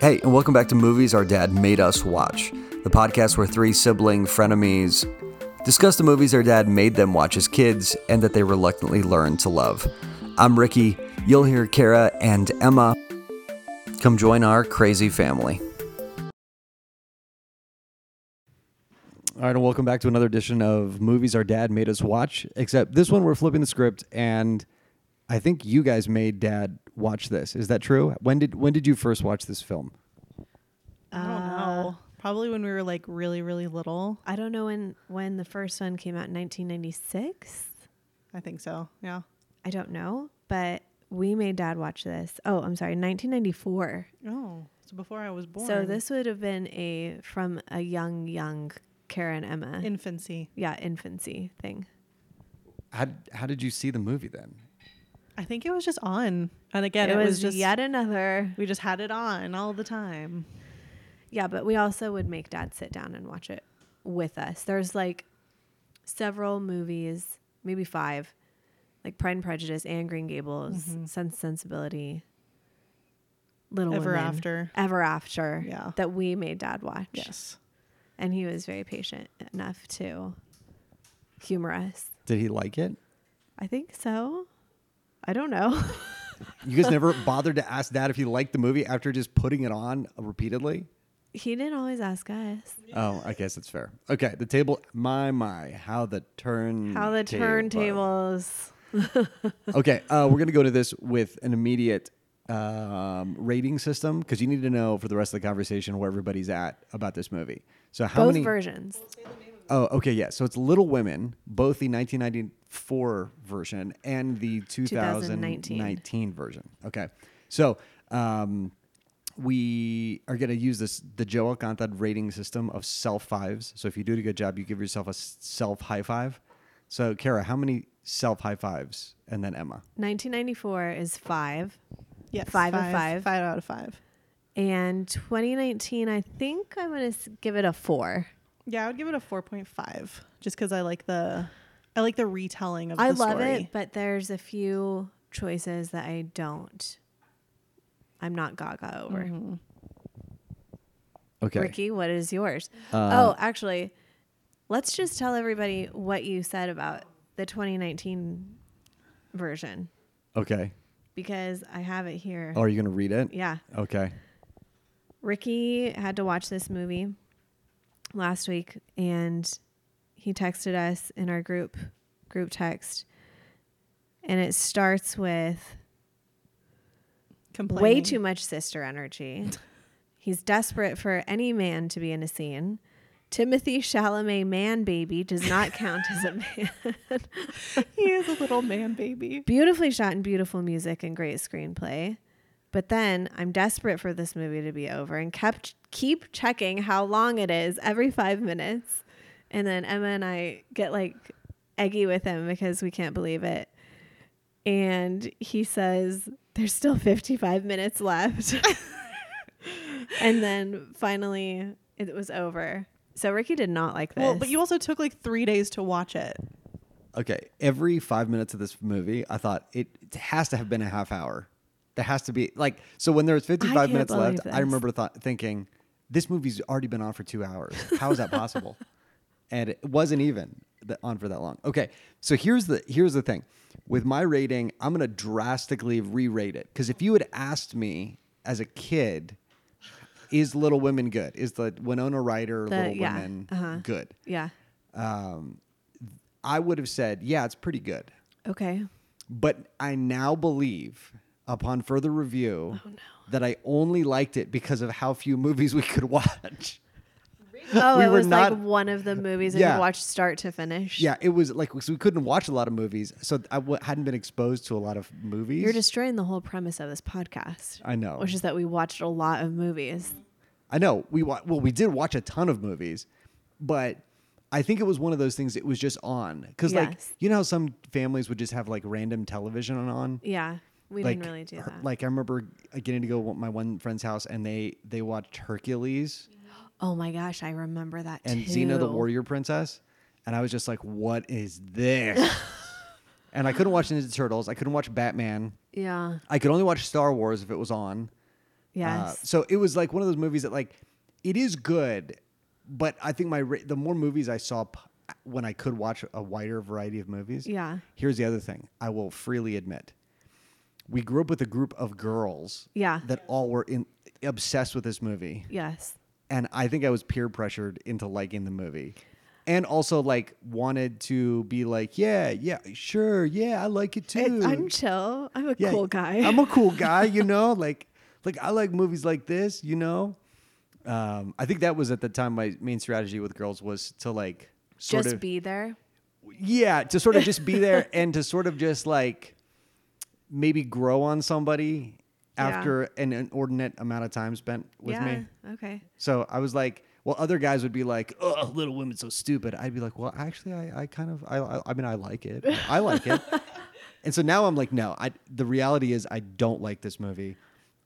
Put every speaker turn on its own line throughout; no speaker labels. Hey, and welcome back to Movies Our Dad Made Us Watch, the podcast where three sibling frenemies discuss the movies their dad made them watch as kids and that they reluctantly learned to love. I'm Ricky. You'll hear Kara and Emma. Come join our crazy family. All right, and welcome back to another edition of Movies Our Dad Made Us Watch. Except this one, we're flipping the script, and I think you guys made Dad watch this. Is that true? When did when did you first watch this film?
I don't know. Uh, Probably when we were like really, really little.
I don't know when when the first one came out in 1996.
I think so. Yeah.
I don't know, but we made dad watch this. Oh, I'm sorry, 1994.
Oh, so before I was born.
So this would have been a from a young young Karen Emma.
infancy.
yeah, infancy thing.
How how did you see the movie then?
I think it was just on, and again,
it,
it,
was,
just
yet another.
we just had it on all the time.
Yeah, but we also would make dad sit down and watch it with us. There's like several movies, maybe five, like Pride and Prejudice, and Green Gables,
Mm-hmm.
Sense and Sensibility, Little
Ever
Women,
After.
Ever After.
Yeah.
that we made dad watch.
Yes.
and he was very patient enough to humor us.
Did he like it?
I think so. I don't know.
You guys never bothered to ask Dad if he liked the movie after just putting it on repeatedly?
he didn't always ask us.
Oh, I guess that's fair. Okay, the table. My my, how the turn.
How the turntables.
okay, uh, we're gonna go to this with an immediate um, rating system because you need to know for the rest of the conversation where everybody's at about this movie. So how
Both
many?
versions.
Oh, okay, yeah. So it's Little Women, both the 1994 version and the 2019,
2019.
version. Okay, so um, we are going to use this the Joe Alcantara rating system of self fives. So if you do a good job, you give yourself a s- self high five. So Kara, how many self high fives? And then Emma.
1994 is five.
Yes.
Five of five.
Five out of five.
And 2019, I think I'm going to give it a four.
Yeah, I would give it a four point five, just because I like the, I like the retelling of.
I
the
love
story.
it, but there's a few choices that I don't. I'm not gaga over.
Mm-hmm.
Okay. Uh,
Ricky, what is yours? oh, actually, let's just tell everybody what you said about the 2019 version
Okay.
because I have it here.
Oh, are you going to read it?
Yeah.
Okay.
Ricky had to watch this movie last week and he texted us in our group group text and it starts with
Complaining.
way too much sister energy. He's desperate for any man to be in a scene. Timothy Chalamet man baby does not count as a man.
he is a little man baby.
Beautifully shot and beautiful music and great screenplay. But then I'm desperate for this movie to be over and kept keep checking how long it is every 5 minutes. And then Emma and I get like eggy with him because we can't believe it. And he says there's still 55 minutes left. and then finally it was over. So Ricky did not like this.
Well, but you also took like three days to watch it.
Okay, every five minutes of this movie, I thought it, it has to have been a half hour. There has to be like so when there was
I
55
can't
minutes
believe
left. I
this.
remember thought thinking, this movie's already been on for two hours. How is that possible? and it wasn't even th- on for that long. Okay, so here's the here's the thing. With my rating, I'm gonna drastically re-rate it because if you had asked me as a kid, is Little Women good? Is the Winona Ryder
The-
Little
yeah,
Women
uh-huh.
good?
yeah.
I would have said, yeah, it's pretty good.
Okay.
But I now believe, upon further review,
Oh,
that I only liked it because of how few movies we could watch.
Oh,
We
it
were
was
not-
like one of the movies that
Yeah.
you watched start to finish.
Yeah, it was like 'cause we couldn't watch a lot of movies, so I w- hadn't been exposed to a lot of movies.
You're destroying the whole premise of this podcast.
I know.
Which is that we watched a lot of movies.
I know we wa- well we did watch a ton of movies, but I think it was one of those things. It was just on because like
Yes.
you know how some families would just have like random television on.
Yeah. We
like,
didn't really do
her-
that.
Like I remember getting to go to my one friend's house and they they watched Hercules.
oh my gosh, I remember that
and
too.
Xena the Warrior Princess. And I was just like, what is this? and I couldn't watch Ninja Turtles. I couldn't watch Batman.
Yeah.
I could only watch Star Wars if it was on. Uh,
Yes.
so it was like one of those movies that like it is good, but I think my ra- the more movies I saw p- when I could watch a wider variety of movies.
Yeah.
Here's the other thing I will freely admit. We grew up with a group of girls
Yeah.
that all were in, obsessed with this movie.
yes.
And I think I was peer pressured into liking the movie. And also like wanted to be like, yeah, yeah, sure, yeah, I like it too.
It's, I'm chill. I'm a
Yeah,
cool guy.
I'm a cool guy, you know. like, like I like movies like this, you know. Um, I think that was at the time my main strategy with girls was to like sort
Just
of
be there.
yeah, to sort of just be there and to sort of just like maybe grow on somebody
Yeah.
after an inordinate amount of time spent with
yeah.
me.
Okay.
So I was like, well, other guys would be like, "Oh, Little Women so stupid." I'd be like, "Well, actually, I, I kind of, I, I, I mean, I like it. I like it." and so now I'm like, no. I the reality is, I don't like this movie.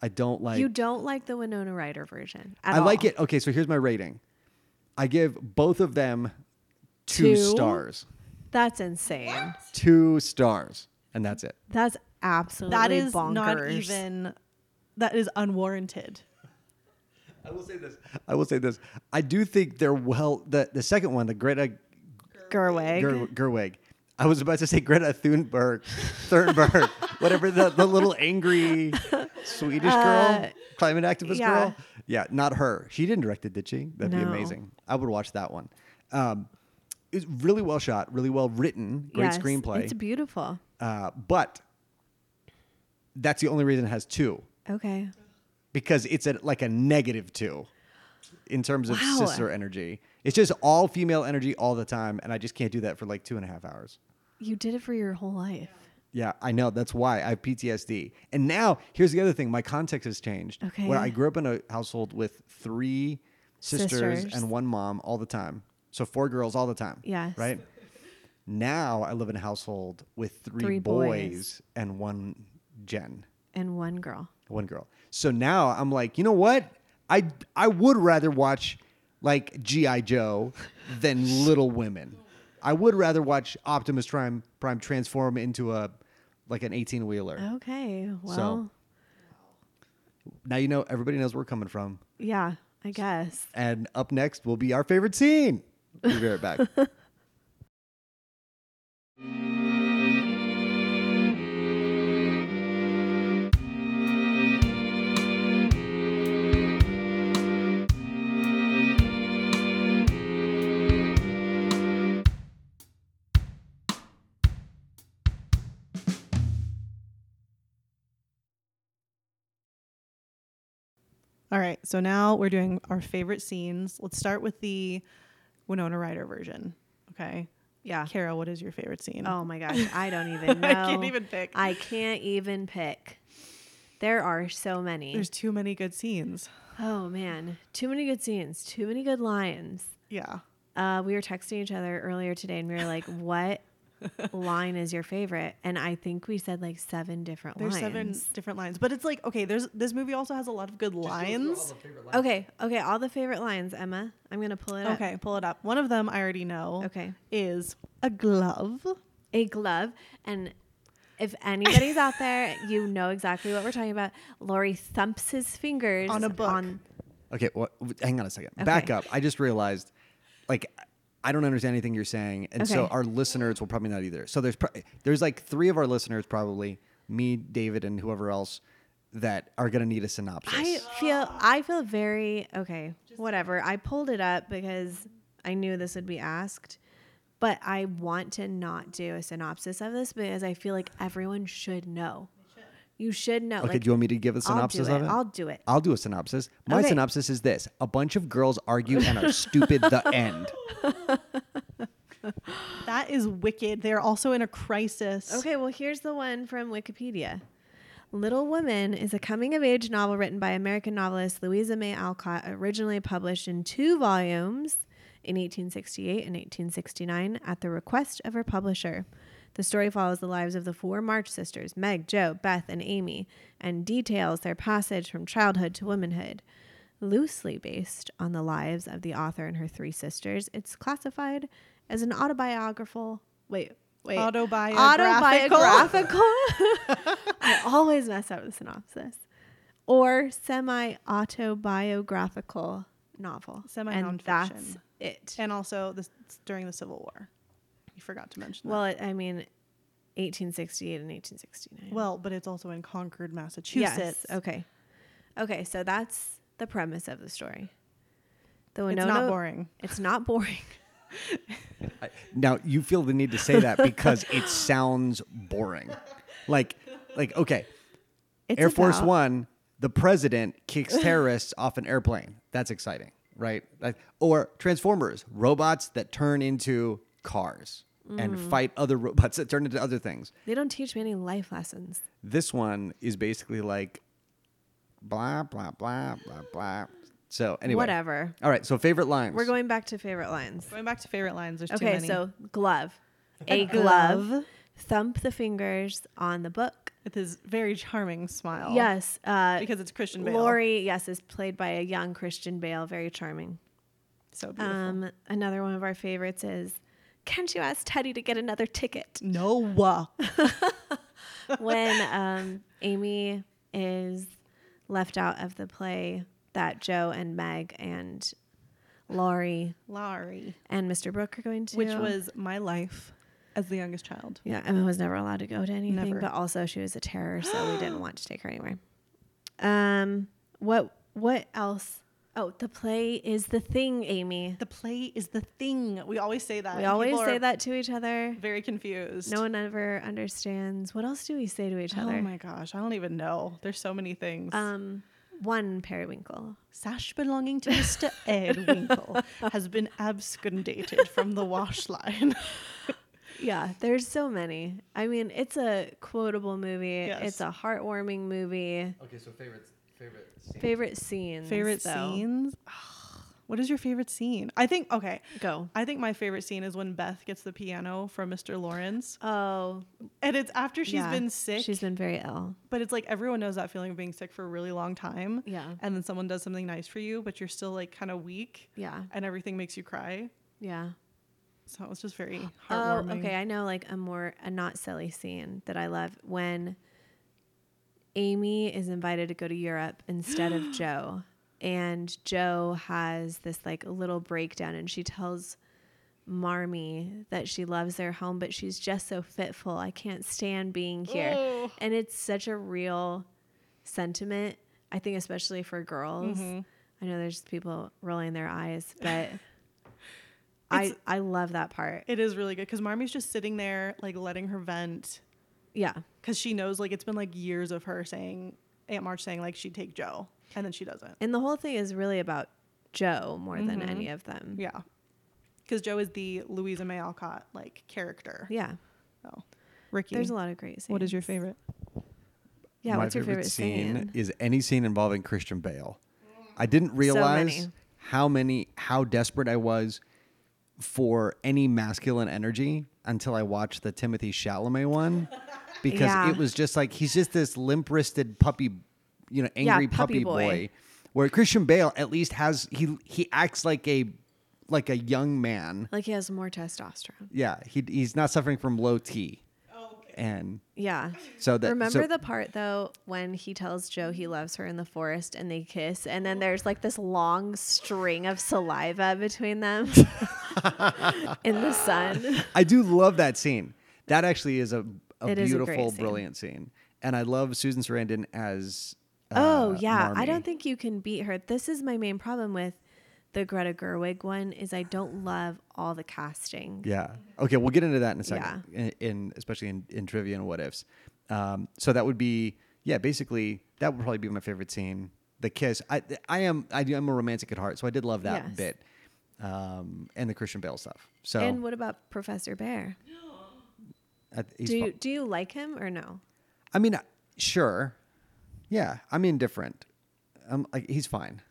I don't like.
you don't like the Winona Ryder version. At
I like
all.
it. Okay, so here's my rating. I give both of them two,
Two?
stars.
That's insane.
Two stars, and that's it.
That's absolutely
That is
bonkers.
not even. That is unwarranted.
I will say this. I will say this. I do think they're well. The the second one, the Greta
Gerwig.
Ger- Gerwig. I was about to say Greta Thunberg, Thunberg, whatever the, the little angry Swedish girl, climate activist
Uh, yeah.
girl. Yeah, not her. She didn't direct it, did she? That'd be
No.
amazing. I would watch that one. Um, it's really well shot, really well written, great
Yes,
screenplay.
It's beautiful.
uh, but that's the only reason it has two
Okay.
because it's at like a negative two in terms of
Wow.
sister energy. It's just all female energy all the time, and I just can't do that for like two and a half hours.
You did it for your whole life.
Yeah, I know. That's why I have PTSD. And now, here's the other thing my context has changed.
Okay.
When I grew up in a household with three sisters,
Sisters.
and one mom all the time. So four girls all the time.
Yes.
Right? Now I live in a household with three,
Three boys.
boys and one Jen,
And one girl.
one girl. So now I'm like, you know what? I, I would rather watch like G.I. Joe than Little Women. I would rather watch Optimus Prime, Prime transform into a like an 18 wheeler.
Oh. Okay. Well,
Now you know everybody knows where we're coming from.
yeah, I guess.
And up next will be our favorite scene. We'll be right back.
All right, so now we're doing our favorite scenes. Let's start with the Winona Ryder version. Okay,
Yeah.
Carol, what is your favorite scene?
Oh my gosh. I don't even know.
I can't even pick.
I can't even pick. There are so many.
There's too many good scenes.
oh man. Too many good scenes. Too many good lines.
Yeah.
Uh, we were texting each other earlier today and we were like, what line is your favorite? And I think we said like seven different
There's
lines.
seven different lines, but it's like okay. There's this movie also has a lot of good lines.
Okay. Okay. All the favorite lines, Emma. I'm going to pull it up.
Okay, pull it up. One of them I already know.
Okay.
is a glove.
a glove and if anybody's out there you know exactly what we're talking about lori thumps his fingers
On a book.
Okay, well, hang on a second. Back
Okay.
up. I just realized, like, I don't understand anything you're saying, and so
Okay.
our listeners will probably not either. So there's pro- there's like three of our listeners probably me, David, and whoever else that are gonna need a synopsis.
i feel i feel very okay whatever i pulled it up because i knew this would be asked but i want to not do a synopsis of this because i feel like everyone should know you should know
okay,
uh, like
do you want me to give a
I'll
synopsis
do
of it?
i'll do it
I'll do a synopsis. My
Okay.
synopsis is this: a bunch of girls argue and are stupid. The end.
That is wicked. They're also in a crisis.
Okay, well, here's the one from Wikipedia. Little Women is a coming of age novel written by American novelist Louisa May Alcott, originally published in two volumes in 1868 and 1869 at the request of her publisher. The story follows the lives of the four March sisters, Meg, Jo, Beth, and Amy, and details their passage from childhood to womanhood. Loosely based on the lives of the author and her three sisters, it's classified as an autobiographical. Wait, wait.
Autobiographical.
Autobiographical. I always mess up the synopsis. or semi autobiographical novel. And
Semi-nonfiction.
that's it.
And also this during the Civil War. You forgot to mention that.
well, it, I mean, 1868 and 1869.
well, but it's also in Concord, Massachusetts.
yes. Okay. Okay. So that's the premise of the story. The
It's
Winona,
not boring.
It's not boring.
I, now you feel the need to say that because it sounds boring. Like, like okay,
It's
Air Force
about-
One, the president kicks terrorists off an airplane. That's exciting, right? Like, or Transformers, robots that turn into cars and
Mm.
fight other robots that turn into other things.
They don't teach me any life lessons.
This one is basically like blah blah blah blah blah. So anyway,
Whatever.
All right, so favorite lines.
We're going back to favorite lines.
Going back to favorite lines, there's too
Okay,
many.
so glove. A
glove.
glove. Thump the fingers on the book.
with his very charming smile.
Yes. Uh,
Oh. Because it's Christian Bale.
Lori, yes, is played by a young Christian Bale. Very charming.
So beautiful.
Um, another one of our favorites is Can't you ask Teddy to get another ticket?
Noah.
when um, Amy is left out of the play that Joe and Meg and Laurie
Laurie.
and Mr. Brooke are going to.
Which was my life as the youngest child.
Yeah, Emma was never allowed to go to anything,
Never.
but also she was a terror, so we didn't want to take her anywhere. Um, what what else? Oh, the play is the thing, Amy.
The play is the thing. We always say that.
We
and
always
Uh, people
say
are
that to each other.
Very confused.
No one ever understands. What else do we say to each
Oh
other?
my gosh, I don't even know. There's so many things.
um, one periwinkle.
Sash belonging to Mr. Ed Winkle has been abscondated from the wash line.
Yeah, there's so many. I mean, it's a quotable movie.
Yes.
It's a heartwarming movie.
Okay, so favorite favorite
Favorite scenes.
favorite
though.
scenes? What is your favorite scene? I think okay.
Go.
I think my favorite scene is when Beth gets the piano from Mr. Lawrence.
Oh,
And it's after she's
she's
been sick.
She's been very ill.
but it's like everyone knows that feeling of being sick for a really long time.
Yeah.
And then someone does something nice for you, but you're still like kind of weak
Yeah.
and everything makes you cry.
Yeah.
So it was just very
Oh,
heartwarming.
okay. I know like a more a not silly scene that I love when Amy is invited to go to Europe instead of Joe. And Joe has this like little breakdown and she tells Marmy that she loves their home, but she's just so fitful. I can't stand being here.
Oh.
And it's such a real sentiment, I think, especially for girls.
Mm-hmm.
I know there's people rolling their eyes, but I,
It's-
I love that part.
It is really good because Marmy's just sitting there, like letting her vent,
Yeah.
because she knows like it's been like years of her saying Aunt March saying like she'd take Joe, and then she doesn't.
And the whole thing is really about Joe more than
Mm-hmm.
any of them.
Yeah, because Joe is the Louisa May Alcott like character.
Yeah.
So, Ricky,
There's a lot of great scenes.
what is your favorite?
Yeah,
My
what's your favorite, scene?
is any scene involving Christian Bale. I didn't realize
many.
how many how desperate I was for any masculine energy until I watched the Timothy Chalamet one because
Yeah.
it was just like he's just this limp-wristed puppy, you know, angry puppy,
puppy
boy.
boy.
Where Christian Bale at least has he he acts like a like a young man.
Like he has more testosterone.
Yeah, he he's not suffering from low T. And
Yeah.
so that
Remember
so-
the part though when he tells Joe he loves her in the forest and they kiss and then there's like this long string of saliva between them in the sun.
I do love that scene. That actually is a, a
It is a great
beautiful,
scene.
brilliant scene. And I love Susan Sarandon as. uh,
Oh yeah, I
Marmee.
don't think you can beat her. This is my main problem with the Greta Gerwig one is I don't love all the casting.
Yeah. Okay, we'll get into that in a second. In, in especially in, in trivia and what ifs. Um, so that would be yeah. Basically, that would probably be my favorite scene. The kiss. I I am I am a romantic at heart, so I did love that
Yes.
bit. Um, and the Christian Bale stuff. So
And what about Professor Bear?
I, he's
Do
fu-
you, do you like him or no?
I mean, I- sure. Yeah, I'm indifferent. Um, like he's fine.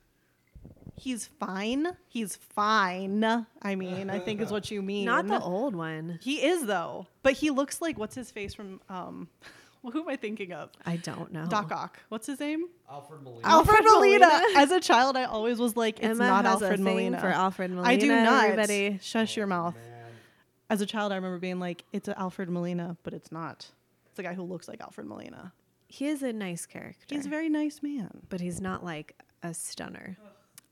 He's fine. He's fine. I mean, I think is what you mean.
Not the old one.
He is though, but he looks like what's his face from um, who am I thinking of?
I don't know.
Doc Ock. What's his name?
Alfred Molina.
Alfred,
Alfred
Molina.
Molina.
As a child, I always was like, it's
Emma
not
has a
Alfred
thing
Molina.
for Alfred
I do
Molina,
not.
everybody.
Shush your mouth. As a child, I remember being like, it's a Alfred Molina, but it's not. It's the guy who looks like Alfred Molina.
He is a nice character.
He's a very nice man.
but he's not like a stunner.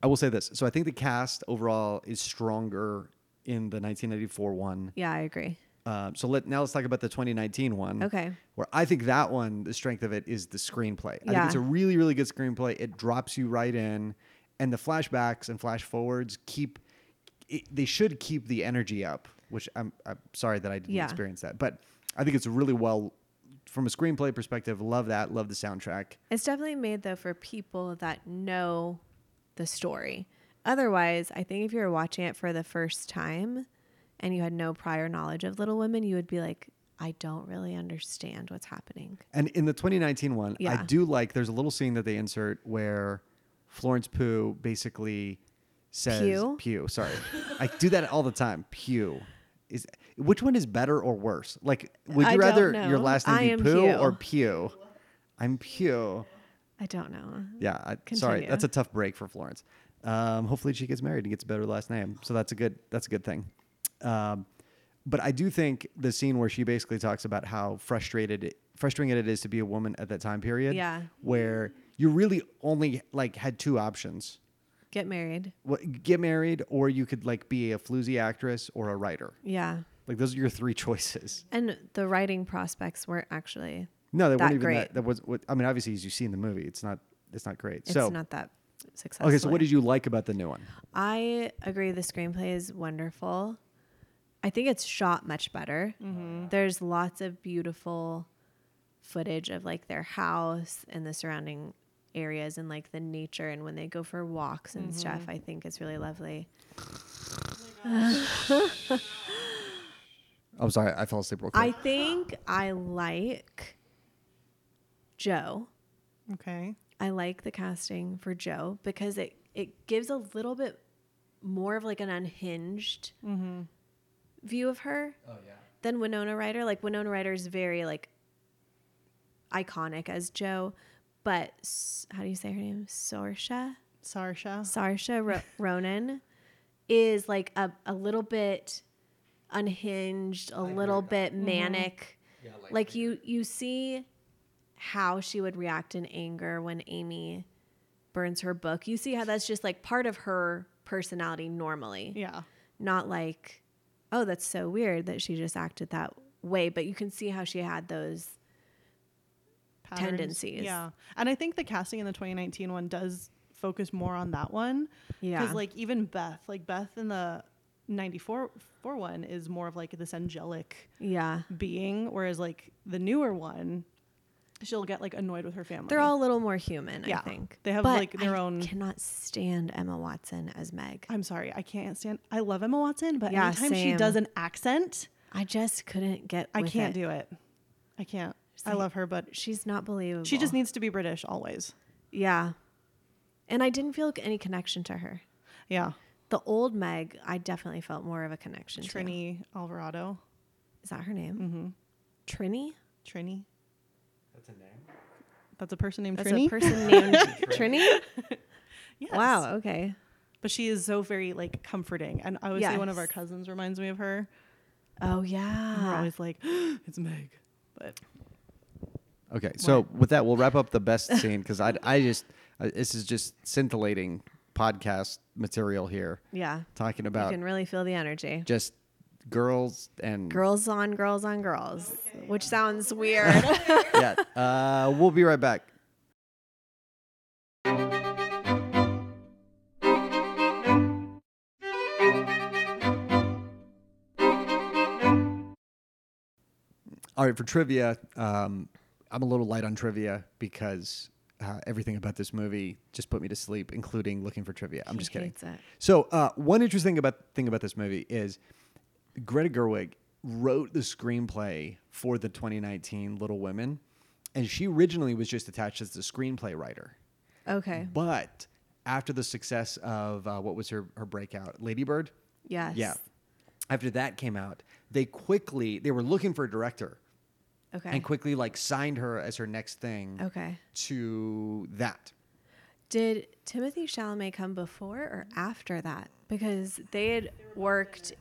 I will say this. So I think the cast overall is stronger in the 1994 one.
Yeah, I agree.
Uh, so let now let's talk about the 2019 one.
Okay.
Where I think that one, the strength of it is the screenplay. I think
Yeah.
it's a really, really good screenplay. It drops you right in, and the flashbacks and flash forwards keep. It, they should keep the energy up, which I'm, I'm sorry that I didn't
Yeah.
experience that, but I think it's really well from a screenplay perspective. Love that. Love the soundtrack.
It's definitely made though for people that know the story. Otherwise, I think if you were watching it for the first time and you had no prior knowledge of Little Women, you would be like, I don't really understand what's happening.
And in the 2019 one, I
Yeah.
do like there's a little scene that they insert where Florence Pugh basically says
Pew?
sorry. I do that all the time. Pew. Is which one is better or worse? Like would you
I don't
rather your
know.
last
I
name
am
be Pugh
Pew.
or Pew? I'm Pew.
I don't know.
Yeah, I, sorry.
Continue.
That's a tough break for Florence. Um, hopefully she gets married and gets a better last name. So that's a good that's a good thing. Um, but I do think the scene where she basically talks about how frustrated it, frustrating it is to be a woman at that time period.
Yeah.
Where you really only like had two options.
Get married.
What, get married or you could like be a floozy actress or a writer.
Yeah.
Like those are your three choices.
And the writing prospects weren't actually
No, they
That
weren't even
great.
that. That was what I mean, obviously as you see in the movie, it's not it's not great.
it's
so
not that successful.
okay, so what did you like about the new one?
I agree. The screenplay is wonderful. I think it's shot much better. There's lots of beautiful footage of like their house and the surrounding areas and like the nature and when they go for walks and stuff. I think it's really lovely.
I'm sorry, I fell asleep real quick.
I think I like Joe.
Okay.
I like the casting for Joe because it it gives a little bit more of like an unhinged view of her. Oh yeah. Than Winona Ryder. Like Winona Ryder is very like iconic as Joe, but S- how do you say her name? Sorsha.
Sarsha.
Sarsha Ro- Ronan is like a, a little bit unhinged, a little bit manic. like you you see how she would react in anger when Amy burns her book. You see how that's just like part of her personality normally.
Yeah.
Not like, oh, that's so weird that she just acted that way, but you can see how she had those
patterns.
tendencies.
Yeah. And I think the casting in the 2019 one does focus more on that one.
Yeah.
Because, like, even Beth, like, Beth in the 94 four one is more of like this angelic
yeah.
being, whereas, like, the newer one, she'll get like annoyed with her family.
They're all a little more human,
Yeah.
I think.
They have,
But
like, their
I
own-
cannot stand Emma Watson as Meg.
I'm sorry, I can't stand. I love Emma Watson, but
Yeah,
anytime she
same.
does an accent,
I just couldn't get.
I
with
can't
it.
do it. I can't. I
like-
love her, but
She's not believable.
she just needs to be British always.
Yeah, and I didn't feel any connection to her.
Yeah.
The old Meg, I definitely felt more of a connection. to.
Trini Alvarado.
is that her name? Mm-hmm. Trini.
Trini.
That's a name.
That's a person named
That's
Trini.
a person named Trini.
Yes.
Wow. Okay.
But she is so very like comforting, and I would say one of our
Yes.
cousins reminds me of her. And
Oh
We're
yeah.
always like, it's Meg, but
Okay, so with that, we'll wrap up the best scene because I, I just I, this is just scintillating podcast material here,
Yeah.
talking
You
about
can really feel the energy.
just girls and
Girls on girls on girls, which sounds weird.
yeah. Uh, we'll be right back. All right, for trivia, um, I'm a little light on trivia because uh, everything about this movie just put me to sleep, including looking for trivia. I'm just kidding.
hates it.
So, uh, one interesting about thing about this movie is Greta Gerwig wrote the screenplay for the 2019 Little Women, and she originally was just attached as the screenplay writer.
okay.
But after the success of uh, what was her her breakout, Ladybird,
Yes.
yeah, after that came out, they quickly they were looking for a director
Okay.
and quickly like signed her as her next thing
Okay.
to that.
Did Timothy Chalamet come before or after that? Because they had worked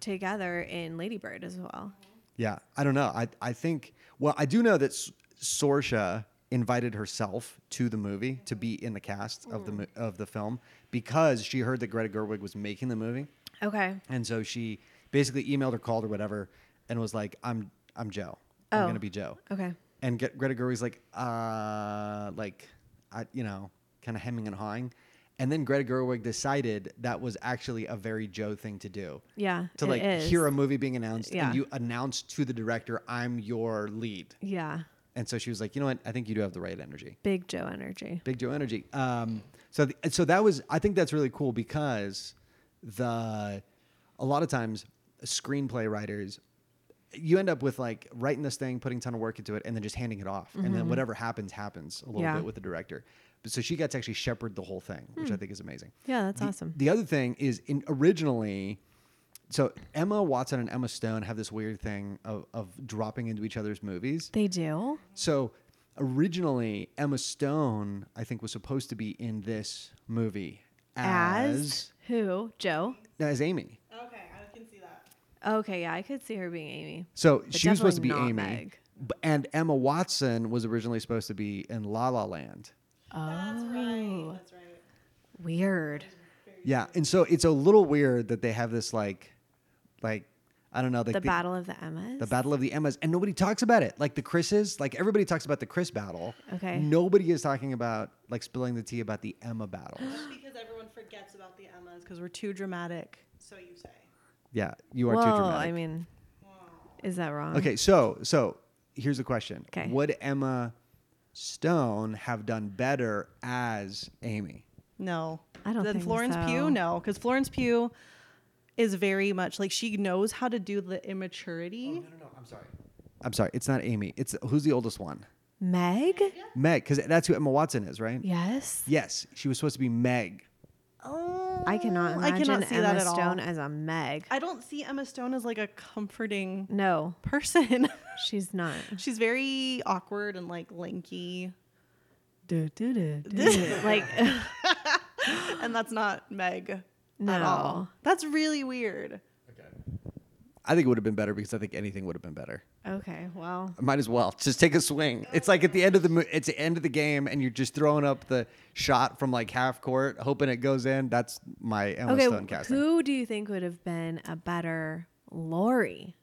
together in Ladybird as well.
Yeah, I don't know. I I think well, I do know that S- Sorsha invited herself to the movie to be in the cast of
Hmm.
the mo- of the film because she heard that Greta Gerwig was making the movie,
Okay.
and so she basically emailed or called or whatever, and was like, "I'm I'm Joe. I'm
Oh.
gonna be Joe."
Okay.
And Gre- Greta Gerwig's like, uh, like, I, you know, kind of hemming and hawing. And then Greta Gerwig decided that was actually a very Joe thing to do.
Yeah,
To
it
like
is.
hear a movie being announced
Yeah.
and you announce to the director, I'm your lead.
Yeah.
And so she was like, you know what? I think you do have the right energy.
Big Joe energy.
Big Joe energy. Um, so th- so that was I think that's really cool because the a lot of times screenplay writers you end up with like writing this thing, putting a ton of work into it, and then just handing it off, and then whatever happens happens a little
Mm-hmm. Yeah.
bit with the director. But so she got to actually shepherd the whole thing, which I
Hmm.
think is amazing.
Yeah, that's
The-
awesome.
The other thing is in originally, so Emma Watson and Emma Stone have this weird thing of, of dropping into each other's movies.
They do.
So originally, Emma Stone, I think, was supposed to be in this movie as
As who? Joe.
as, Amy.
Okay, I can see that.
Okay, yeah, I could see her being Amy.
So
But
she was supposed to be
definitely
Amy,
not Meg.
b- and Emma Watson was originally supposed to be in La La Land.
That's right. That's right.
Weird.
Yeah, and so it's a little weird that they have this like, like I don't know, like
The Battle of the Emmas.
the battle of the Emmas, and nobody talks about it. Like the Chris's, like everybody talks about the Chris battle.
Okay.
Nobody is talking about like spilling the tea about the Emma battles.
That's because everyone forgets about the Emmas because we're too dramatic. So you say.
Yeah, you are
Whoa,
too dramatic.
I mean, um, is that wrong?
Okay, so so here's a question.
'Kay.
Would Emma Stone have done better as Amy?
No,
I don't
Then
think
Florence
so.
Pugh, no, because Florence Pugh is very much like she knows how to do the immaturity.
no, I'm sorry. I'm sorry. It's not Amy. It's who's the oldest one?
Meg?
Meg, because that's who Emma Watson is, right?
Yes.
Yes, she was supposed to be Meg.
Oh,
I cannot
I
imagine
cannot see
Emma
that at all.
Stone as a Meg.
I don't see Emma Stone as like a comforting
no,
person.
she's not.
She's very awkward and like lanky,
like,
and that's not Meg at
No.
all. That's really weird.
I think it would have been better because I think anything would have been better.
okay, well,
I might as well just take a swing. It's like at the end of the mo- it's the end of the game, and you're just throwing up the shot from like half court, hoping it goes in. That's my Emma
okay.
Stone casting.
Who do you think would have been a better Lori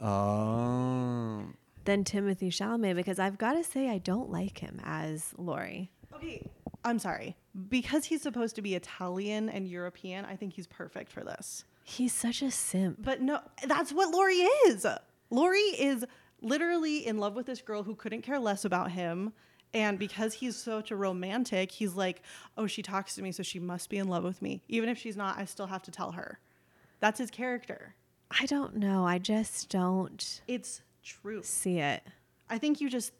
Oh,
than Timothy Chalamet? Because I've got to say, I don't like him as Lori.
Okay, I'm sorry because he's supposed to be Italian and European. I think he's perfect for this.
He's such a simp.
But no, that's what Lori is. Lori is literally in love with this girl who couldn't care less about him. And because he's such a romantic, he's like, oh, she talks to me, so she must be in love with me. Even if she's not, I still have to tell her. That's his character.
I don't know. I just don't
It's true.
see it.
I think you just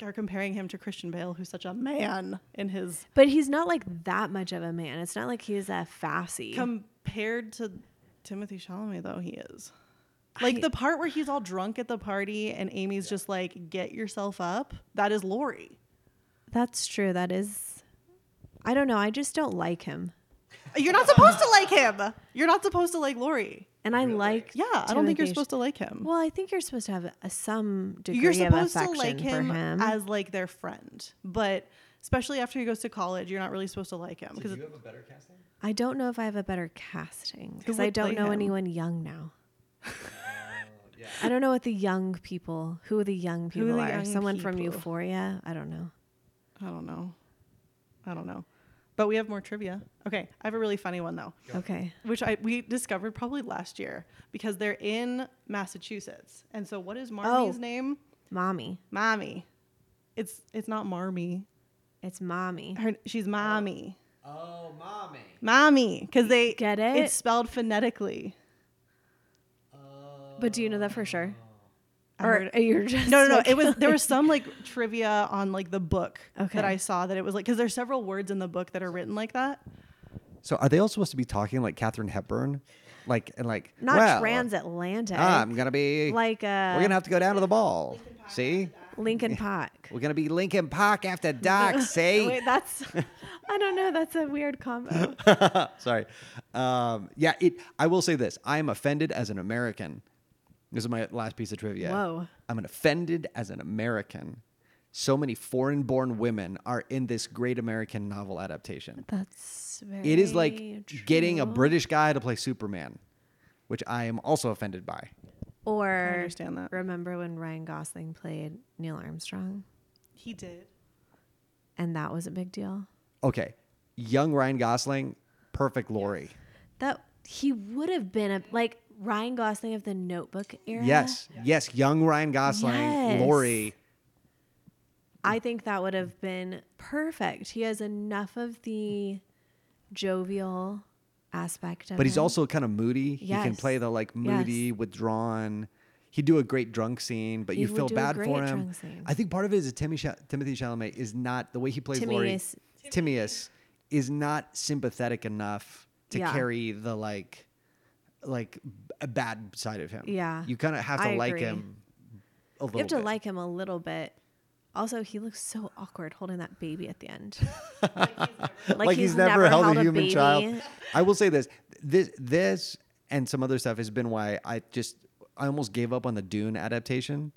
are comparing him to Christian Bale, who's such a man in his
But he's not like that much of a man. It's not like he's a fassy.
compared to Timothy Chalamet, though he is. Like the part where he's all drunk at the party and Amy's just like, "Get yourself up." That is Lori.
That's true. That is. I don't know. I just don't like him.
You're not supposed to like him. You're not supposed to like Lori.
And I like.
Yeah, I don't think you're
Timothy Ch-
supposed to like him.
Well, I think you're supposed to have a, some degree
you're
of
supposed to
affection
like him,
for him.
as like their friend, but especially after he goes to college, you're not really supposed to like him because
a better casting?
I don't know if I have a better casting because I
would
don't
play
know
him?
anyone young now. I don't know what the young people, who the young
Who
people
the
are.
young
Someone from
people?
Euphoria. I don't know.
I don't know. I don't know. But we have more trivia. Okay, I have a really funny one though.
Okay.
which I we discovered probably last year because they're in Massachusetts. And so what is Marmy's
Oh.
name?
Mommy.
Mommy. It's it's not Marmy.
It's mommy.
Her she's Mommy.
Oh, mommy.
Mommy cuz they
Get it?
It's spelled phonetically.
But do you know that for sure?
I
Or
heard-
you're just
No, no, no.
like-
It was there was some like trivia on like the book
Okay.
that I saw that it was like cuz there's several words in the book that are written like that.
So are they all supposed to be talking like Katherine Hepburn, like and like
not
well,
transatlantic.
I'm gonna be
like uh,
we're gonna have to go down to the ball. See,
Lincoln Park.
we're gonna be Lincoln Park after dark. see,
Wait, that's I don't know. That's a weird combo.
sorry. Um, yeah, it. I will say this. I am offended as an American. This is my last piece of trivia.
Whoa.
I'm offended as an American. so many foreign born women are in this great American novel adaptation.
That's very
It is like getting a
true.
British guy to play Superman, which I am also offended by.
Or
I understand that.
Remember when Ryan Gosling played Neil Armstrong,
He did.
and that was a big deal.
Okay, young Ryan Gosling, perfect Lori.
That he would have been a like Ryan Gosling of the Notebook era.
Yes, yes, young Ryan Gosling,
Yes.
Lori.
I think that would have been perfect. He has enough of the jovial aspect of
But he's
him.
also kind of moody. He can
Yes.
play the like moody, withdrawn. He'd do a great drunk scene, but
He
you
would
feel
do a
bad
great
for him.
drunk scene.
I think part of it is that Timmy Sha- Timothy Chalamet is not the way he plays Lori.
Timaeus.
Timaeus is not sympathetic enough to
Yeah.
carry the like, like a bad side of him.
Yeah.
you kind of have to
I
like
agree.
him. A little
you have to
bit.
like him a little bit. Also, he looks so awkward holding that baby at the end.
like, he's, never, held, a human child. I will say this: this, this, and some other stuff has been why I just I almost gave up on the Dune adaptation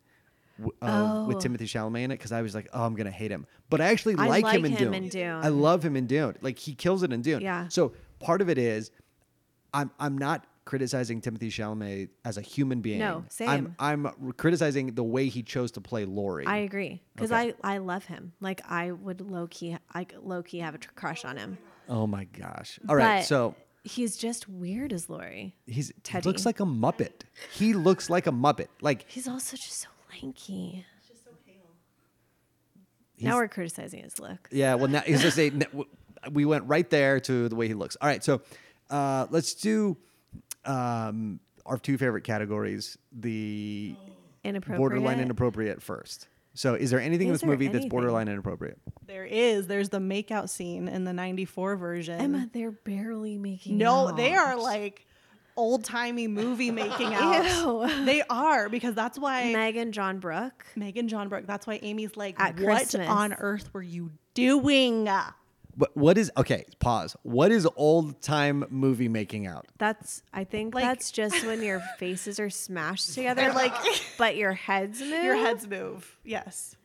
w- of, with
Oh.
Timothy Chalamet in it because I was like, oh, I'm gonna hate him. But I actually
I
like, him,
like
in,
him
Dune.
in Dune.
I love him in Dune. Like he kills it in Dune.
Yeah.
So part of it is, I'm I'm not criticizing Timothy Chalamet as a human being.
No,
I'm
same.
I'm criticizing the way he chose to play Laurie.
I agree because
Okay.
I I love him. Like I would low key I low key have a tr- crush on him.
oh my gosh. All right.
But
So
he's just weird as Lori.
He's He
Teddy.
looks like a muppet. He looks like a muppet. Like
He's also just so lanky.
He's-
now we're criticizing his look.
yeah, well now he's just a. We went right there to the way he looks. All right, so uh, let's do um, our two favorite categories: the
Inappropriate.
borderline inappropriate first. So, is there anything
Is
in this
there
movie that's
anything?
borderline inappropriate?
There is. There's the makeout scene in the 94 version.
Emma, they're barely making.
No,
out.
they are like old timey movie making out.
Ew.
They are because that's why
Meg and John Brooke.
Megan John Brooke. That's why Amy's like,
At
what
Christmas.
on earth were you doing?
But what is okay? Pause. What is old time movie making out?
That's I think
Like-
that's just when your faces are smashed together,
They're like
but your heads move.
your heads move. Yes,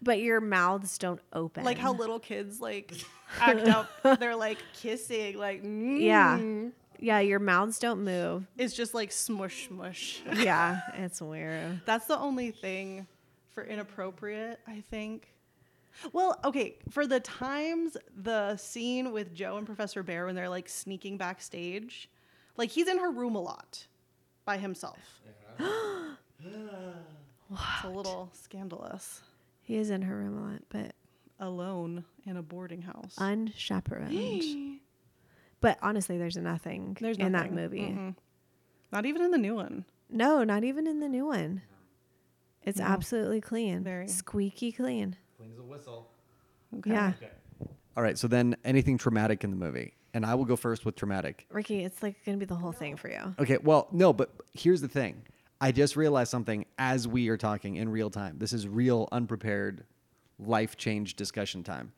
but your mouths don't open.
like how little kids like act up. They're like kissing. Like mm.
Yeah. Yeah, your mouths don't move.
it's just like smush smush.
Yeah, it's weird.
That's the only thing for inappropriate, I think. Well, okay, for the times, the scene with Joe and Professor Bear when they're like sneaking backstage, like he's in her room a lot by himself. It's a little scandalous.
He is in her room a lot, but
Alone in a boarding house.
unchaperoned. but honestly, there's nothing
There's
in that
nothing.
movie.
Not even in the new one.
No, not even in the new one. It's absolutely clean.
Very.
Squeaky clean.
Clean as a whistle.
Okay.
Yeah.
All right. So then, anything traumatic in the movie, and I will go first with traumatic.
Ricky, it's like going to be the whole thing for you.
Okay, well, no, but here's the thing. I just realized something as we are talking in real time. This is real, unprepared, life change discussion time.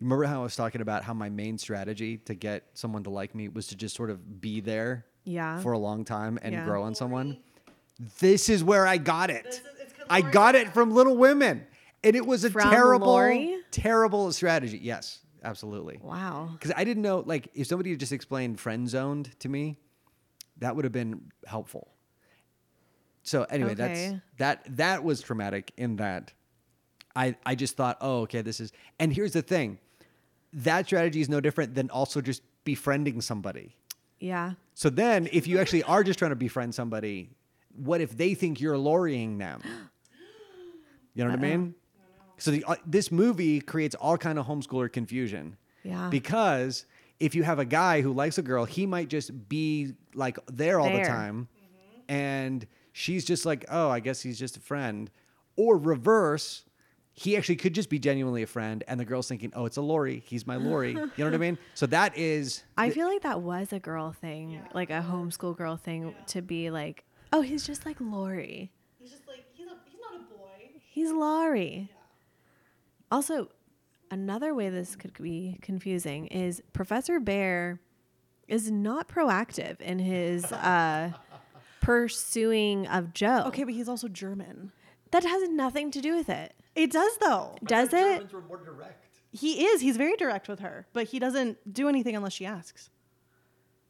You remember how I was talking about how my main strategy to get someone to like me was to just sort of be there
Yeah.
for a long time and
Yeah.
grow on someone? This is where I got it.
it's 'cause
I got it from Little Women. And it was a
From
terrible,
Lori?
terrible strategy. Yes, absolutely.
Wow.
Because I didn't know, like, if somebody had just explained friend zoned to me, that would have been helpful. So anyway,
Okay.
that's that that was traumatic in that I I just thought, oh, okay, this is and here's the thing. That strategy is no different than also just befriending somebody.
Yeah.
So then if you actually are just trying to befriend somebody, what if they think you're lorrying them? You know what I mean? So the, uh, this movie creates all kind of homeschooler confusion.
Yeah.
Because if you have a guy who likes a girl, he might just be like there all the
There. Mm-hmm.
time, and she's just like, oh, I guess he's just a friend. Or reverse, he actually could just be genuinely a friend, and the girl's thinking, oh, it's a Lori. He's my Lori. you know what I mean? So that is
I feel like that was a girl thing, like a homeschool girl thing to be like, oh, he's just like Lori.
He's just like, he's, a, he's not a boy.
He's Laurie. Also, another way this could be confusing is Professor Bear is not proactive in his uh, pursuing of Joe.
Okay, but he's also German.
That has nothing to do with it.
It does though.
Does it?
were more direct.
He is. He's very direct with her, but he doesn't do anything unless she asks.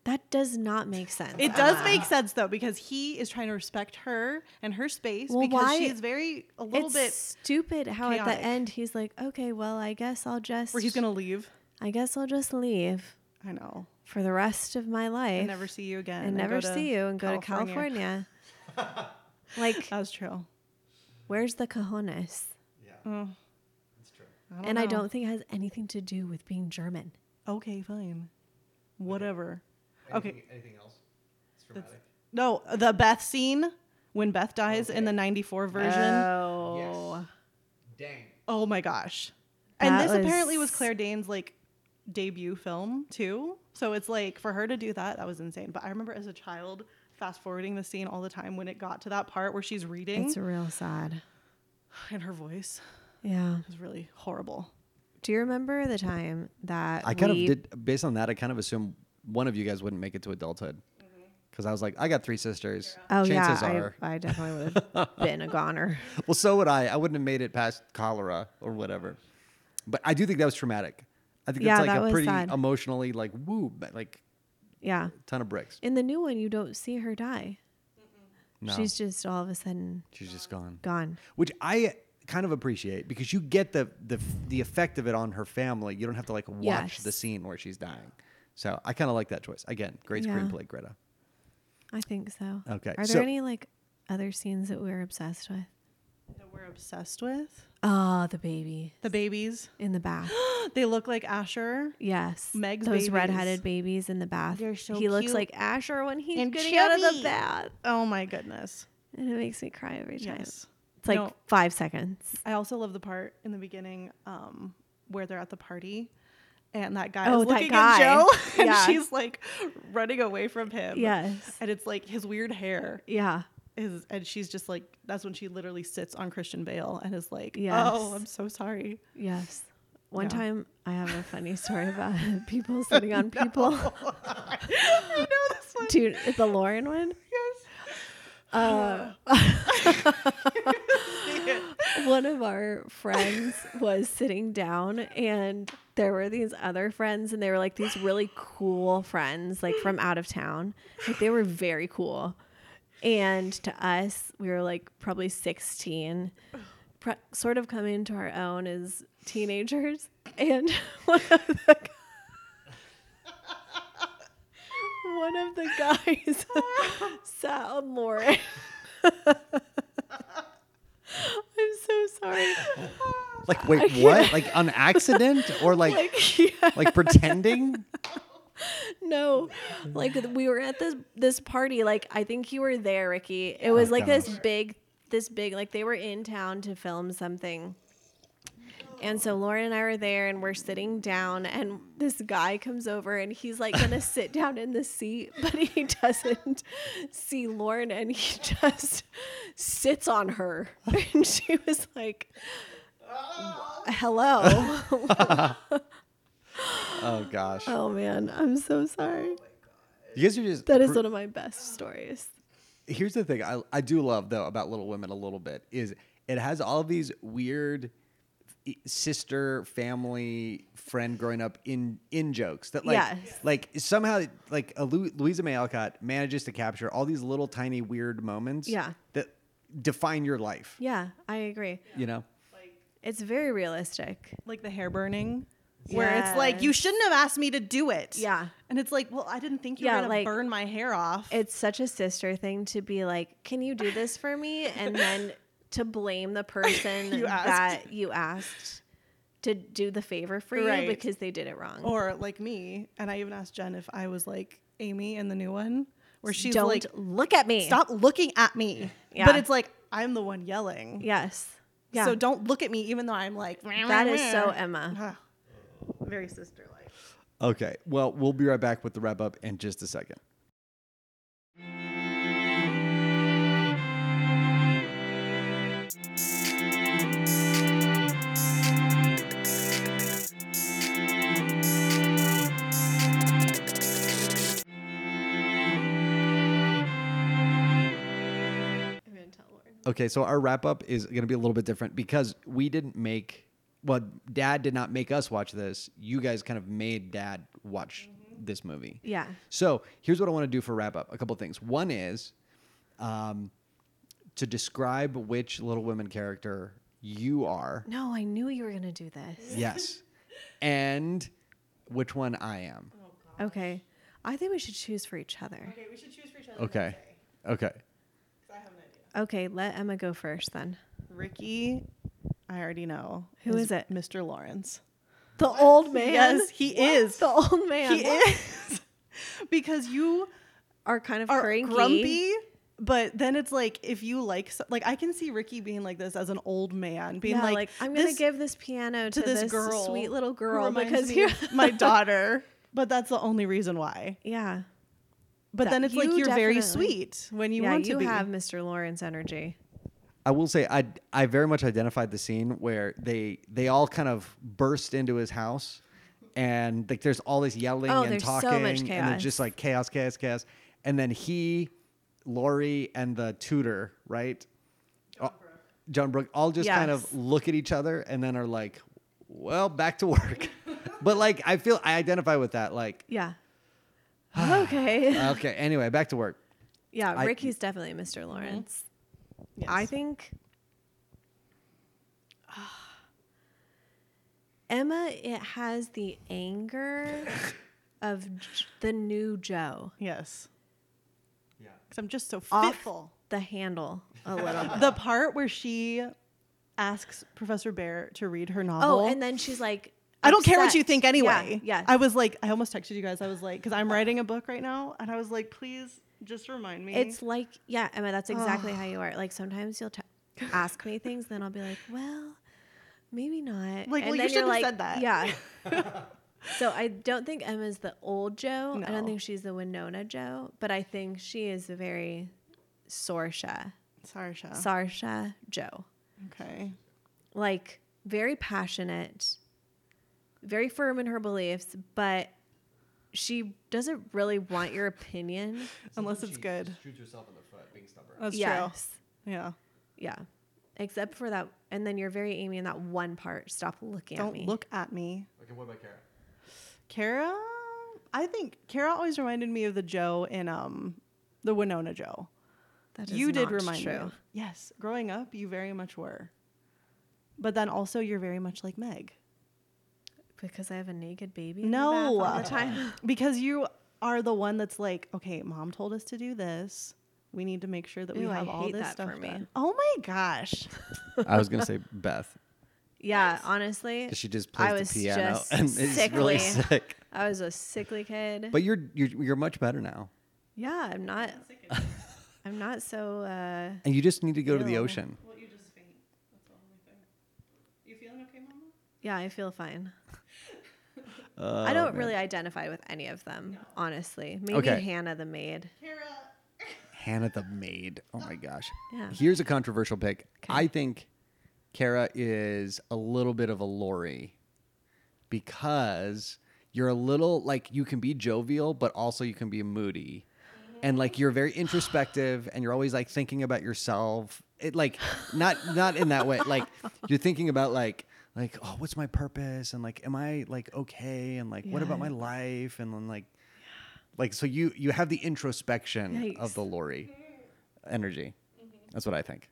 That does not make sense. Um,
It does
Emma.
make sense though because he is trying to respect her and her space
Well,
because
why-
she's very a little
it's
bit
stupid how at
chaotic.
the end he's like, okay, well, I guess I'll just.
where he's gonna leave.
I guess I'll just leave
I know.
for the rest of my life
And never see you again.
and never
go to
see you and go to California. like,
That was true.
where's the cojones?
Yeah,
Mm.
Oh,
that's true.
I
and I
know.
don't think it has anything to do with being German.
Okay, fine. Whatever. Okay.
Anything, anything else? It's dramatic.
No, the Beth scene when Beth dies in the 94 version.
Oh.
Dang.
oh my gosh. And
That
this apparently was
was-
Claire Danes like debut film too. So it's like for her to do that, that was insane. But I remember as a child fast forwarding the scene all the time when it got to that part where she's reading
It's real sad.
and her voice
Yeah.
is really horrible.
Do you remember the time that
I kind
we-
of did. Based on that, I kind of assumed one of you guys wouldn't make it to adulthood, because I was like, I got three sisters.
Oh
Chances
yeah,
are,
I, I definitely would have been a goner.
well, so would I. I wouldn't have made it past cholera or whatever. But I do think that was traumatic. I think
Yeah,
that's like
that
a
was
pretty
sad.
emotionally like woo, but, like
Yeah.
ton of bricks.
In the new one, you don't see her die.
No,
She's just all of a sudden
she's just gone.
gone.
which I kind of appreciate because you get the the the effect of it on her family. You don't have to like watch
Yes.
the scene where she's dying. So I kind of like that choice. Again, great
Yeah.
screenplay, Greta.
I think so.
Okay,
Are there
so-
any like other scenes that we're obsessed with?
That we're obsessed with.
Oh, the baby
The babies.
in the bath.
They look like Asher.
yes,
Meg's
those
babies.
redheaded babies in the bath.
They're so
he looks
cute.
like Asher when he's
And
getting out of the
chubby.
bath,
Oh my goodness.
and it makes me cry every time.
Yes.
It's like
No.
five seconds.
I also love the part in the beginning um, where they're at the party and that guy
Oh,
is
that
looking
guy.
at Joe and
Yeah.
she's like running away from him.
Yes.
And it's like his weird hair
Yeah.
is, and she's just like, that's when she literally sits on Christian Bale and is like,
Yes.
oh, I'm so sorry.
Yes. One
Yeah.
time, I have a funny story about people sitting on people.
I know this one.
Dude, the Lauren one.
Yes.
Uh, one of our friends was sitting down, and there were these other friends, and they were like these really cool friends, like from out of town. Like they were very cool. And to us, we were like probably 16, pr- sort of coming into our own as teenagers. And one of the one of the guys sat on Lauren. I'm so sorry.
Like, wait, what? Like on accident or like like,
Like, yeah,
pretending?
no, like we were at this this party. Like, I think you were there, Ricky. It was like this big, this big. Like they were in town to film something. And so Lauren and I were there, and we're sitting down, and this guy comes over, and he's like gonna sit down in the seat, but he doesn't see Lauren, and he just sits on her, and she was like, "Hello."
Oh gosh,
oh man, I'm so sorry.
you guys are just
That is
pr-
one of my best stories.
here's the thing I, I do love though about little women a little bit is it has all these weird i- sister family friend growing up in in jokes that like
Yes.
like somehow like a Lu- louisa may alcott manages to capture all these little tiny weird moments
Yeah.
that define your life
Yeah, I agree.
you know
It's very realistic.
Like the hair burning. Where it's like, you
Yes.
shouldn't have asked me to do it.
Yeah.
And it's like, well, I didn't think you
Yeah,
were going
like-
to burn my hair off.
It's such a sister thing to be like, "Can you do this for me?" and then to blame the person
You asked.
that you asked to do the favor for
Right. Oh,
you because they did it wrong.
or like me and i even asked jen if i was like amy in the new one where she's
Don't
like
look at me.
stop looking at me
Yeah.
but it's like i'm the one yelling
Yes. Yeah.
so don't look at me even though i'm like
that is so Emma.
Ah, very sister like
okay well we'll be right back with the wrap up in just a second
I'm gonna tell Lauren.
Okay, so our wrap up is going to be a little bit different because we didn't make. Well, Dad did not make us watch this. You guys kind of made Dad watch this movie.
Yeah.
So here's what I want to do for wrap up. A couple things. One is, um, to describe which Little Women character you are.
No, I knew you were gonna do this.
Yes. And which one I am.
Okay. I think we should choose for each other.
Okay, we should choose for each other.
Okay. Okay.
I have an idea.
Okay, let Emma go first then.
Ricky, I already know.
Who is it?
Mr. Lawrence.
The old man.
Yes, he
is. The old man.
He is. because you
Are kind of
are
cranky.
grumpy. But then it's like if you like so- like I can see Ricky being like this as an old man, being
yeah, like,
like,
I'm gonna
"This-
give this piano to, this, girl, sweet little
who
girl,
reminds
because
me
you're
of my daughter. But that's the only reason why.
Yeah,
But
That-
then it's like
you
you're very
definitely-
sweet when you
yeah,
want to
you
be.
have Mr. Lawrence energy.
I will say I I very much identified the scene where they they all kind of burst into his house and like there's all this yelling
Oh,
and
there's so much
talking and
chaos.
it's just like chaos, chaos, chaos. And then he, Lori, and the tutor, right? John Brooke. John Brooke all just kind
Yes.
of look at each other and then are like, Well, back to work. but like I feel I identify with that. Like,
Yeah. Uh, okay.
okay, anyway, back to work.
Yeah,
I-
Ricky's definitely Mr. Lawrence.
Yes.
I think Emma it has the anger of J- the new Joe
yes.
Yeah.
Because I'm just so
Off-
fitful.
the handle a little. bit.
The part where she asks Professor Bear to read her novel.
Oh, and then she's like
I don't care what
upset.
you think anyway.
Yeah. yeah.
I was like, I almost texted you guys. I was like, because I'm writing a book right now, and I was like, please just remind me.
It's like, yeah, Emma, that's exactly
Ah.
how you are. Like sometimes you'll t- ask me things, then I'll be like, well, maybe
Like,
not.
well,
and
you
then
shouldn't have
like,
said that.
Yeah. so I don't think Emma's the old Joe. I
No.
don't think she's the Winona Joe, but I think she is a very Sorsha,
sorry, Sha.
Sarsha Joe.
okay.
Like very passionate, very firm in her beliefs, but she doesn't really want your opinion.
Unless it's good.
Shoot yourself in the foot, being stubborn.
Uh,
That's
yes.
true. Yeah.
Yeah. Except for that. And then you're very Amy in that one part. Stop looking at
Don't
me.
look at me.
Okay, what about Kara?
Kara, I think Kara always reminded me of the Joe in um, the Winona Joe.
That is
you did
not
remind me.
true.
of- Yes, growing up, you very much were. But then also, you're very much like Meg.
Because I have a naked baby. In the
No,
bath all the time.
because you are the one that's like, okay, mom told us to do this. We need to make sure that we
Ew, I
have all
hate
this
that
stuff
for me.
done. Oh my gosh!
I was gonna say Beth.
Yeah, honestly.
She just
I
plays
was
the piano
just
and it's really
sickly.
sick.
I was a sickly kid.
But you're you're you're much better now,
yeah, I'm not. I'm not so. Uh,
and you just need to go to the
Ew.
ocean.
Well, you just faint. That's the only thing. You feeling okay, mama?
yeah, I feel fine.
Oh,
I don't really identify with any of them, honestly. Maybe
Okay.
Hannah the maid.
Kara.
Hannah the maid. Oh my gosh.
Yeah.
Here's a controversial pick. I think Kara is a little bit of a Lori because you're a little like you can be jovial, but also you can be moody. And like you're very introspective and you're always like thinking about yourself. It like not not in that way. Like you're thinking about like like oh what's my purpose and like am I like okay and like what about my life and then like like so you you have the introspection of
Yikes. Mm-hmm.
the Lori energy. That's what I think.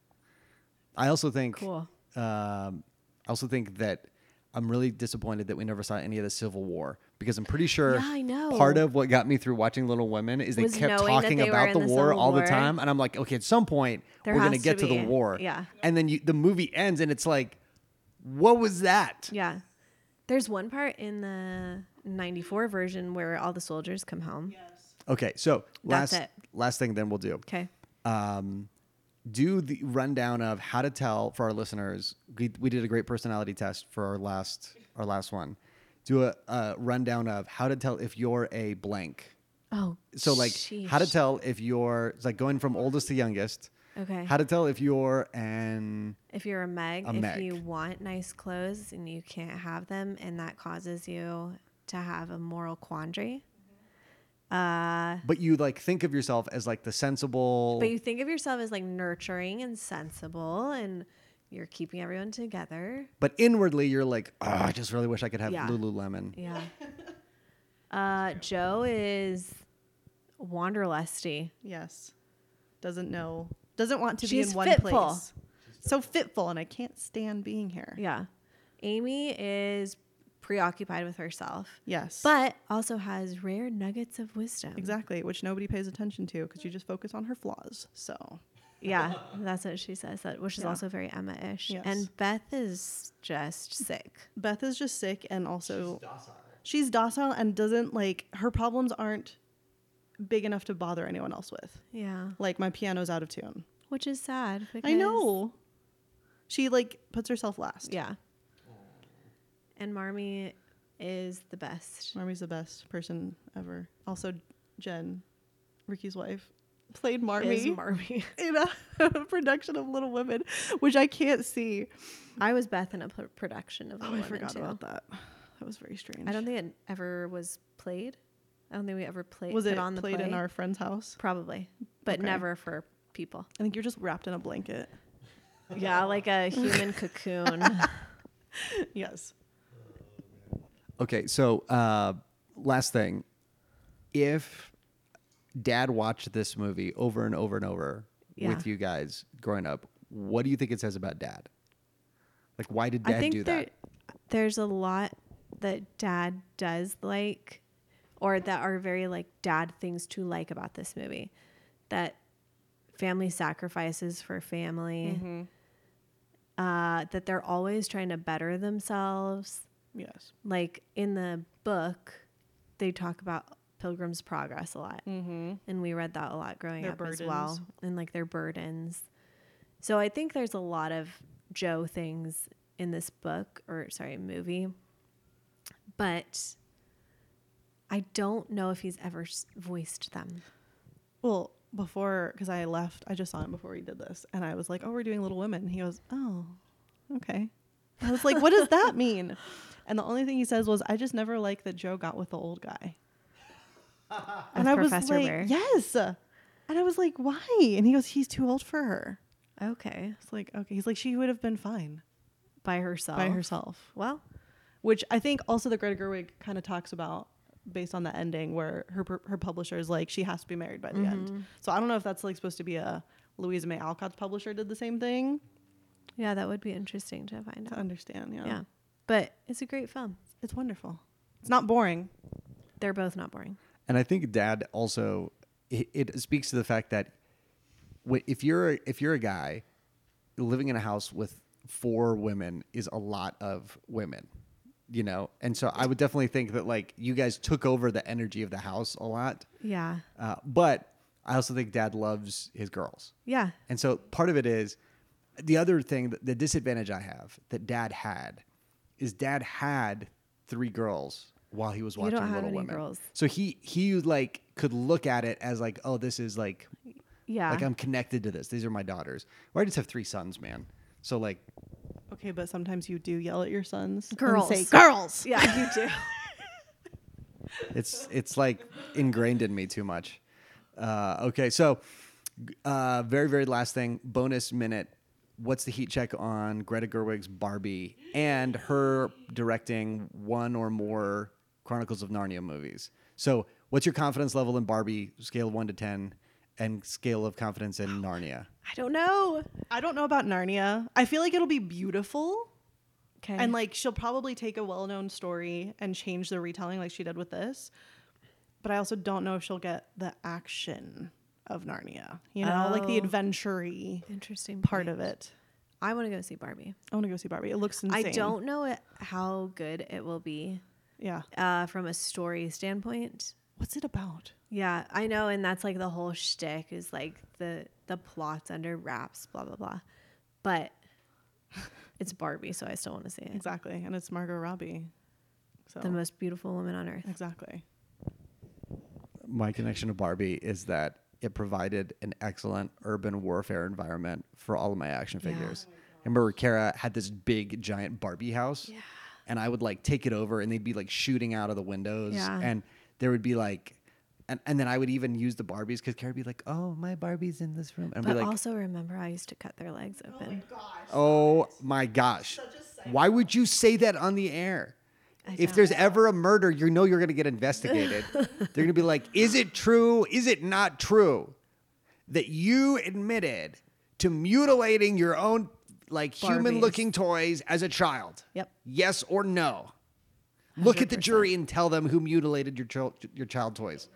I also think.
Cool.
Um, I also think that I'm really disappointed that we never saw any of the Civil War because I'm pretty sure.
Yeah, I know.
Part of what got me through watching Little Women is they
Was
kept
knowing that
talking
they were
about
in
the,
the
war
Civil
all
War.
the time, and I'm like, okay, at some point
There
we're gonna
has
get
to
to, the
be.
war.
Yeah.
And then you, the movie ends, and it's like, what was that?
Yeah. There's one part in the 94 version where all the soldiers come home.
Okay, so last
That's it.
last thing, then we'll do.
Okay.
um, do the rundown of how to tell for our listeners. We, we did a great personality test for our last our last one. Do a, a rundown of how to tell if you're a blank.
Oh.
So like how to
sheesh.
tell if you're it's like going from oldest to youngest.
Okay.
How to tell if you're an
if you're a Meg,
A
if
Meg.
you want nice clothes and you can't have them, and that causes you to have a moral quandary. Uh,
But you like think of yourself as like the sensible.
but you think of yourself as like nurturing and sensible, and you're keeping everyone together.
But inwardly, you're like, oh, I just really wish I could have
Yeah.
Lululemon.
Yeah. Uh, Joe is wanderlusty.
Yes. Doesn't know. Doesn't want to be
She's
in one
fitful.
place. So fitful, and I can't stand being here.
Yeah. Amy is preoccupied with herself,
Yes.
but also has rare nuggets of wisdom.
exactly, which nobody pays attention to because you just focus on her flaws. So
Yeah, that's what she says. That which is
Yeah.
also very Emma-ish.
Yes.
And Beth is just sick.
Beth is just sick, and also she's docile and doesn't like her problems aren't big enough to bother anyone else with.
Yeah,
Like my piano's out of tune.
which is sad. Because,
I know. She like puts herself last.
Yeah. And Marmee is the best.
Marmy's the best person ever. Also, Jen, Ricky's wife, played Marmy.
Is Marmee.
in a production of Little Women, which I can't see.
I was Beth in a pr- production of.
Oh,
Little
I
Women,
forgot
too.
about that. That was very strange.
I don't think it ever was played. I don't think we ever played.
was
put
it
on the
played
play.
in our friend's house?
Probably, but
Okay.
never for people.
I think you're just wrapped in a blanket.
Yeah, like a human cocoon.
yes.
Okay, so uh, last thing, if Dad watched this movie over and over and over
Yeah.
with you guys growing up, what do you think it says about Dad? Like, why did Dad do
there-
that?
there's a lot that dad does like, or that are very like dad things to like about this movie. That family sacrifices for family.
Mm-hmm.
Uh, that they're always trying to better themselves.
Yes.
Like in the book, they talk about Pilgrim's Progress a lot, mm-hmm. and we read that a lot growing
Their
up as well, and like their burdens. So I think there's a lot of Joe things in this book or sorry, movie. But I don't know if he's ever s- voiced them.
Well, before, because I left, I just saw him before we did this, and I was like, oh, we're doing Little Women. He goes, oh, okay. I was like, what does that mean? And the only thing he says was, I just never liked that Joe got with the old guy. and I was
Professor
like,
Ware?
yes. And I was like, why? And he goes, he's too old for her.
Okay,
It's like, okay. He's like, she would have been fine
by herself.
by herself.
Well,
Which I think also that Greta Gerwig kind of talks about based on the ending where her pr- her publisher is like, she has to be married by the end. So I don't know if that's like supposed to be a Louisa May Alcott's publisher did the same thing
yeah, that would be interesting to find
to
out.
understand. Yeah.
Yeah, but it's a great film.
It's wonderful. It's not boring.
They're both not boring.
And I think Dad also it, it speaks to the fact that wh- if you're a- if you're a guy living in a house with four women is a lot of women, you know. And so I would definitely think that like you guys took over the energy of the house a lot.
Yeah,
Uh, but I also think dad loves his girls.
yeah,
And so part of it is the other thing, the disadvantage I have that dad had is dad had three girls while he was
don't
watching
have
Little
any
Women.
girls.
So he he like could look at it as like, oh, this is like
yeah.
like I'm connected to this. These are my daughters. Or I just have three sons, man. So like
Okay, but sometimes you do yell at your sons. and
Girls.
say, girls.
yeah, you do.
it's it's like ingrained in me too much. Uh, okay, so uh, very very last thing, bonus minute. What's the heat check on Greta Gerwig's Barbie and her directing one or more Chronicles of Narnia movies? So, what's your confidence level in Barbie? Scale of one to ten, and scale of confidence in Narnia.
I don't know.
I don't know about Narnia. I feel like it'll be beautiful.
Okay.
And like she'll probably take a well-known story and change the retelling like she did with this. But I also don't know if she'll get the action of Narnia. You know, like the
Oh.
adventure
interesting
part of it.
I want to go see Barbie.
I want to go see Barbie. It looks insane.
I don't know it, how good it will be
Yeah.
uh, from a story standpoint.
What's it about?
Yeah, I know, and that's like the whole shtick is like the the plot's under wraps, blah blah blah. But it's Barbie, so I still want to see it.
Exactly. And it's Margot Robbie. So
The most beautiful woman on earth.
exactly.
My connection to Barbie is that it provided an excellent urban warfare environment for all of my action
Yeah.
figures. I remember Kara had this big giant Barbie house, and I would like take it over, and they'd be like shooting out of the windows,
Yeah.
and there would be like and, and then I would even use the Barbies because Carrie would be like, "Oh, my Barbie's in this room," and I'd
But
be like,
also remember, I used to cut their legs open.
"Oh my gosh, why would you say that on the air?" If there's ever a murder, you know you're going to get investigated. They're going to be like, "Is it true? Is it not true that you admitted to mutilating your own like human-looking toys as a child?"
Yep.
Yes or no? Look at the jury and tell them who mutilated your child your child toys.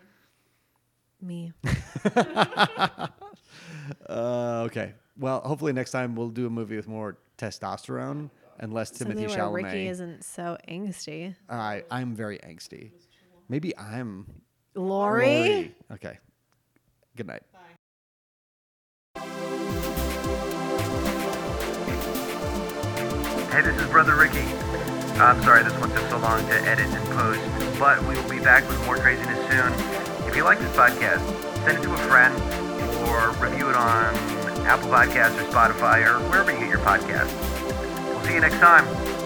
Me.
Uh, okay. Well, hopefully next time we'll do a movie with more testosterone and less Timothy
Something where
Chalamet.
Ricky isn't so angsty.
I I'm very angsty. Maybe I'm
Lori?
Lori. Okay. Good night.
Hey, this is Brother Ricky. I'm sorry this one took so long to edit and post, but we will be back with more craziness soon. If you like this podcast, send it to a friend or review it on Apple Podcasts or Spotify or wherever you get your podcasts. We'll see you next time.